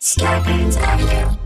Scorpions Avenue.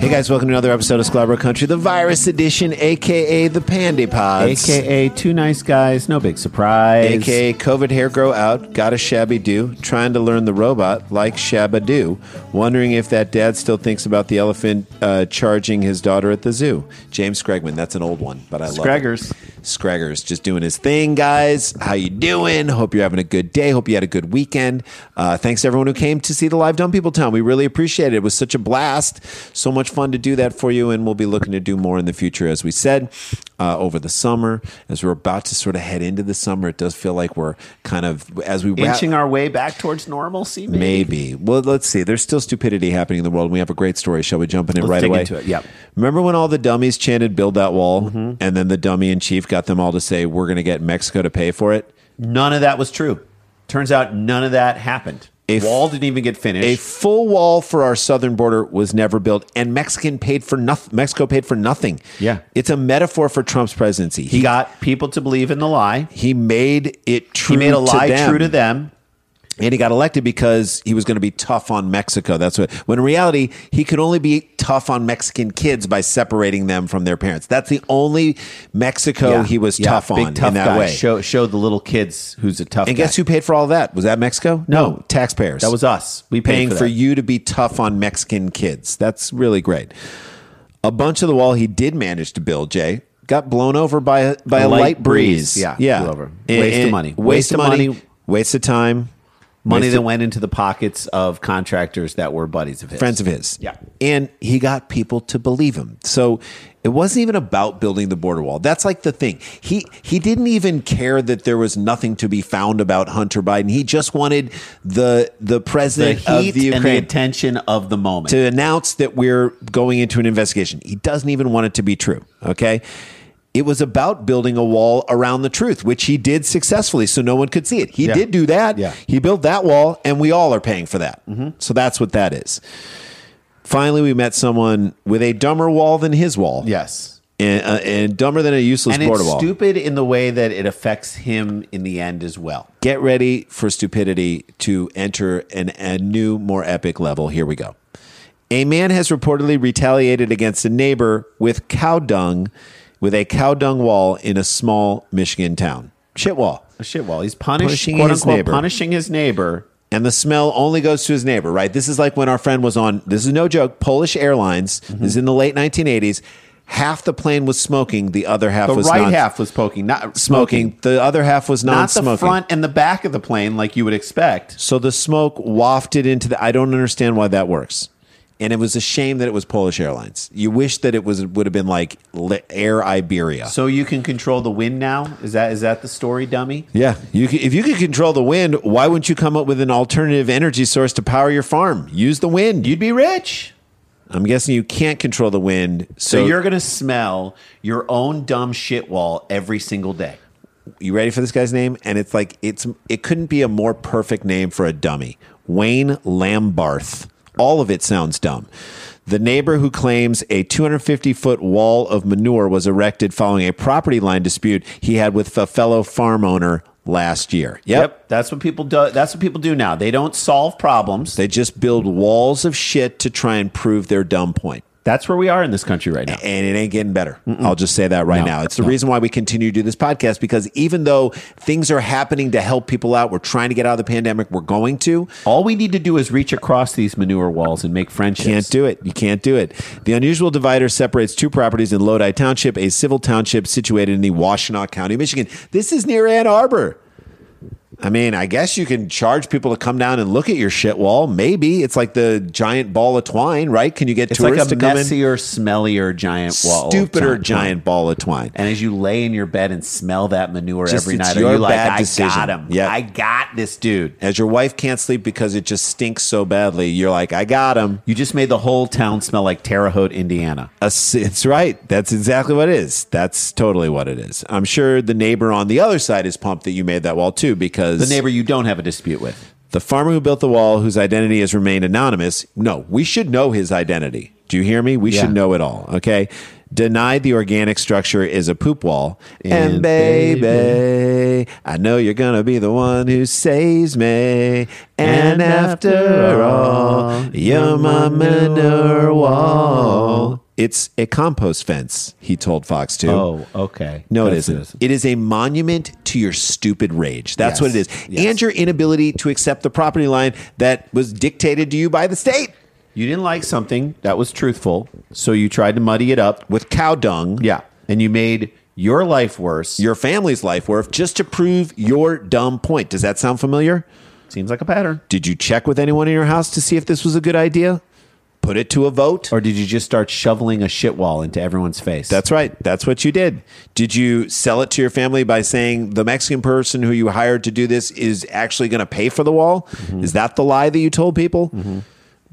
Hey guys, welcome to another episode of Sclubber Country, the virus edition, aka the Pandy Pods, AKA two nice guys, no big surprise. aka COVID hair grow out, got a shabby do, trying to learn the robot like Shabba do, wondering if that dad still thinks about the elephant uh, charging his daughter at the zoo. James Scragman, that's an old one, but I love it. Scraggers. Scraggers, just doing his thing, guys. How you doing? Hope you're having a good day. Hope you had a good weekend. Uh, thanks to everyone who came to see the live Dumb People Town. We really appreciate it. It was such a blast. So much fun to do that for you, and we'll be looking to do more in the future, as we said, uh, over the summer. As we're about to sort of head into the summer, it does feel like we're kind of as we wrap- Inching our way back towards normalcy, maybe. Maybe. Well, let's see. There's still stupidity happening in the world. We have a great story. Shall we jump in it Let's right dig away? into it. Yep. Mm-hmm. Remember when all the dummies chanted "Build that wall," and then the dummy in chief got them all to say, "We're going to get Mexico to pay for it." None of that was true. Turns out none of that happened. A A f- wall didn't even get finished. A full wall for our southern border was never built, and Mexican paid for nothing. Mexico paid for nothing. Yeah. It's a metaphor for Trump's presidency. he got people to believe in the lie. he made it true. He made a lie them. true to them. and he got elected because he was going to be tough on Mexico. That's what. When in reality, he could only be tough on Mexican kids by separating them from their parents. That's the only Mexico Yeah. he was Yeah. tough on Big tough in that guy. way. Show, show the little kids who's a tough and guy. guess who paid for all that? Was that Mexico? No, taxpayers. That was us. We paid paying for, that. you to be tough on Mexican kids. That's really great. A bunch of the wall he did manage to build, Jay, got blown over by a, by a, light, breeze. Yeah, yeah. blew over. And- Waste of and- money. Waste, of money. Waste of time. Money Waste that of- went into the pockets of contractors that were buddies of his. friends of his. Yeah. And he got people to believe him. So it wasn't even about building the border wall. That's like the thing. He he didn't even care that there was nothing to be found about Hunter Biden. He just wanted the the the president heat of the and the Ukraine attention of the moment. to announce that we're going into an investigation. He doesn't even want it to be true. Okay. It was about building a wall around the truth, which he did successfully, so no one could see it. He Yeah. did do that. Yeah. Mm-hmm. He built that wall, and we all are paying for that. So that's what that is. Finally, we met someone with a dumber wall than his wall. yes. And, uh, and dumber than a useless and border it's wall. stupid in the way that it affects him in the end as well. Get ready for stupidity to enter an, a new, more epic level. Here we go. A man has reportedly retaliated against a neighbor with cow dung, with a cow dung wall in a small Michigan town. Shit wall. A shit wall. He's punished, Punishing quote his unquote, neighbor. punishing his neighbor. And the smell only goes to his neighbor, right? This is like when our friend was on, this is no joke, Polish Airlines. Mm-hmm. This is in the late 1980s. Half the plane was smoking, the other half The was right non- half was poking, not smoking. smoking. The other half was Not non-smoking. the front and the back of the plane like you would expect. So the smoke wafted into the. I don't understand why that works. And it was a shame that it was Polish Airlines. You wish that it was would have been like Le- Air Iberia. So you can control the wind now? Is that is that the story, dummy? yeah, you c- if you could control the wind, why wouldn't you come up with an alternative energy source to power your farm? Use the wind. You'd be rich. I'm guessing you can't control the wind, so, So, you're going to smell your own dumb shit wall every single day. you ready for this guy's name? And it's like it's it couldn't be a more perfect name for a dummy. Wayne Lambarth. All of it sounds dumb. The neighbor who claims a 250 foot wall of manure was erected following a property line dispute he had with a fellow farm owner last year. Yep. That's what people do. That's what people do now. They don't solve problems. They just build walls of shit to try and prove their dumb point. that's where we are in this country right now. and it ain't getting better. I'll just say that right No, now. It's the reason why we continue to do this podcast because even though things are happening to help people out, we're trying to get out of the pandemic, we're going to. All we need to do is reach across these manure walls and make friendships. Can't do it. You can't do it. The unusual divider separates two properties in Lodi Township, a civil township situated in the Washtenaw County, Michigan. This is near Ann Arbor. I mean, I guess you can charge people to come down and look at your shit wall. Maybe it's like the giant ball of twine, right? Can you get It's like tourists a to come in? messier, smellier giant wall. of Stupider giant, twine. ball of twine. And as you lay in your bed and smell that manure Just every it's night, your are you like, bad I decision." got him. Yeah. I got this dude. as your wife can't sleep because it just stinks so badly, you're like, I got him. You just made the whole town smell like Terre Haute, Indiana. A s- It's right. That's exactly what it is. That's totally what it is. I'm sure the neighbor on the other side is pumped that you made that wall too because The neighbor you don't have a dispute with. the farmer who built the wall, whose identity has remained anonymous, no, we should know his identity. Do you hear me? We Yeah. should know it all. Okay. Denied the organic structure is a poop wall. And, And baby, baby, I know you're going to be the one who saves me. And And after after all, you're my manure wall. It's a compost fence, he told Fox 2. Oh, okay. No, it That's- isn't. It is a monument to your stupid rage. That's Yes. what it is. Yes. And your inability to accept the property line that was dictated to you by the state You didn't like something that was truthful, so you tried to muddy it up. with cow dung. Yeah. And you made your life worse. Your family's life worth just to prove your dumb point. Does that sound familiar? Seems like a pattern. Did you check with anyone in your house to see if this was a good idea? Put it to a vote? Or did you just start shoveling a shit wall into everyone's face? That's right. That's what you did. Did you sell it to your family by saying the Mexican person who you hired to do this is actually going to pay for the wall? Mm-hmm. Is that the lie that you told people?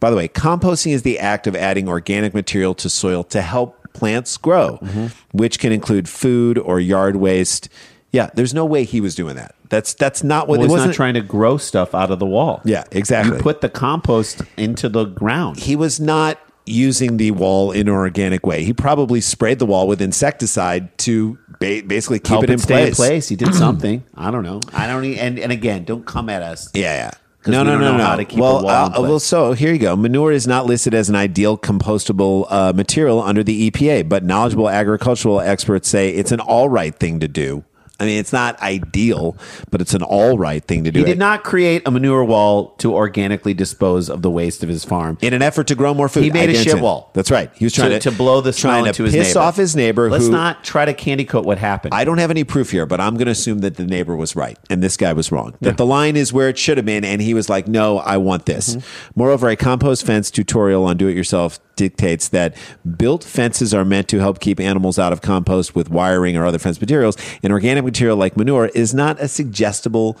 By the way, composting is the act of adding organic material to soil to help plants grow, Mm-hmm. which can include food or yard waste. Yeah, there's no way he was doing that. That's that's not what well, he's it not wasn't. trying to grow stuff out of the wall. Yeah, exactly. You put the compost into the ground. he was not using the wall in an organic way. He probably sprayed the wall with insecticide to ba- basically keep Help it in stay place. in place. He did something. I don't know. I don't. e- And and again, don't come at us. Yeah, yeah. 'Cause we don't know how to keep well, a wall in uh, well, place. so here you go. Manure is not listed as an ideal compostable uh, material under the EPA, but knowledgeable agricultural experts say it's an all right thing to do. I mean, it's not ideal, but it's an all right thing to do. He did not create a manure wall to organically dispose of the waste of his farm. in an effort to grow more food. He made I a guarantee shit it. wall. That's right. He was trying to, to, to blow the smell trying to into his piss neighbor. off his neighbor. Let's who, not try to candy coat what happened. I don't have any proof here, but I'm going to assume that the neighbor was right and this guy was wrong. That the line is where it should have been, and he was like, "No, I want this." Mm-hmm. Moreover, a compost fence tutorial on do-it-yourself dictates that built fences are meant to help keep animals out of compost with wiring or other fence materials, and organic material like manure is not a suggestible,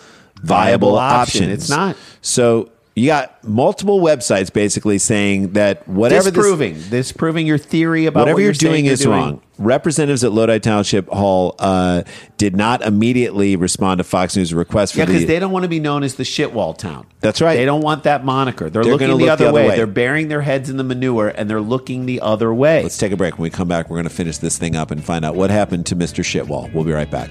viable, Viable option. option. It's not. So. You got multiple websites basically saying that whatever this- disproving this, disproving your theory about whatever what you're, saying doing you're is wrong. Representatives at Lodi Township Hall uh, did not immediately respond to Fox News' request for Yeah, the. because they don't want to be known as the shitwall town. That's right. They don't want that moniker. They're, They're looking the gonna look other, way. They're burying their heads in the manure and they're looking the other way. Let's take a break. When we come back, we're going to finish this thing up and find out what happened to Mr. Shitwall. We'll be right back.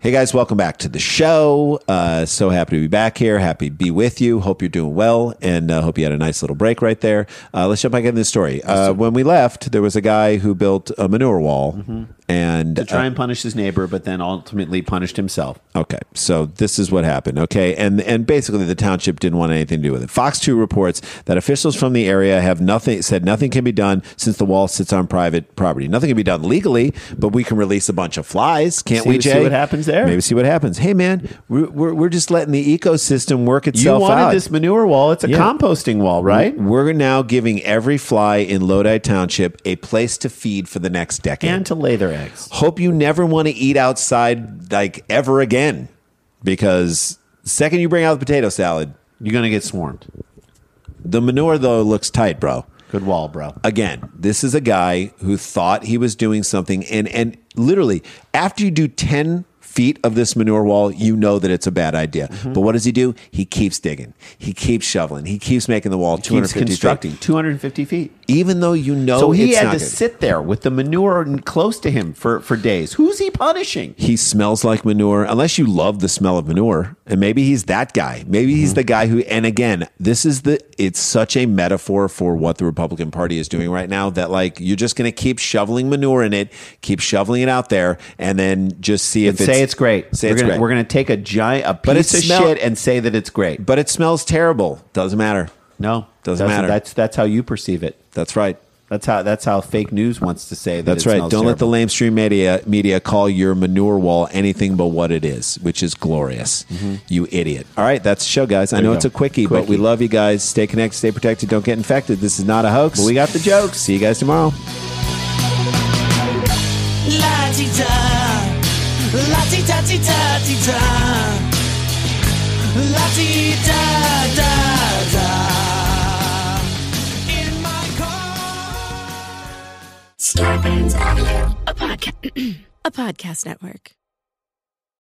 Hey guys, welcome back to the show. Uh, so happy to be back here. Happy to be with you. Hope you're doing well, and uh, hope you had a nice little break right there. Uh, let's jump back into the story. Uh, when we left, there was a guy who built a manure wall, and Mm-hmm. uh, to try and punish his neighbor, but then ultimately punished himself. Okay, so this is what happened. Okay, and and basically the township didn't want anything to do with it. Fox Two reports that officials from the area have nothing said nothing can be done since the wall sits on private property. Nothing can be done legally, but we can release a bunch of flies, can't See- we? see Jay? what happens there? Maybe see what happens. Hey man, we're we're, we're just letting the ecosystem work You itself wanted out. this Mm-hmm. manure wall. It's a Yeah. composting wall, right? We're now giving every fly in Lodi Township a place to feed for the next decade And to lay their eggs. hope you never want to eat outside like ever again because Second, you bring out the potato salad. You're gonna get swarmed. The manure though looks tight, bro. Good wall, bro. Again, this is a guy who thought he was doing something, and and literally after you do ten feet of this manure wall, you know that it's a bad idea. Mm-hmm. But what does he do? He keeps digging, he keeps shoveling, he keeps making the wall two hundred Keeps fifty feet, constructing 250 feet. even though you know So he it's had not to good. sit there with the manure n- close to him for, for days. Who's he punishing? he smells like manure unless you love the smell of manure and maybe he's that guy maybe Mm-hmm. he's the guy who and again this is the it's such a metaphor for what the republican party is doing right now that like you're just going to keep shoveling manure in it keep shoveling it out there and then just see if and say it's great. say we're it's gonna, great We're going to take a giant a piece But it of smell- shit and say that it's great. but it smells terrible doesn't matter No, Doesn't matter. That's that's how you perceive it. that's right That's how that's how fake news wants to say. That that's it right don't smells let the terrible. lamestream media media call your manure wall anything but what it is which is glorious you idiot all right that's the show guys i Mm-hmm. There know you it's a go. quickie, but Quickie. we love you guys stay connected stay protected don't get infected this is not a hoax But we got the jokes. see you guys tomorrow La-di-da, la-di-da-di-da-di-da, la-di-da-da-da. In my car. Scorpions Avenue, a podcast, a podcast network.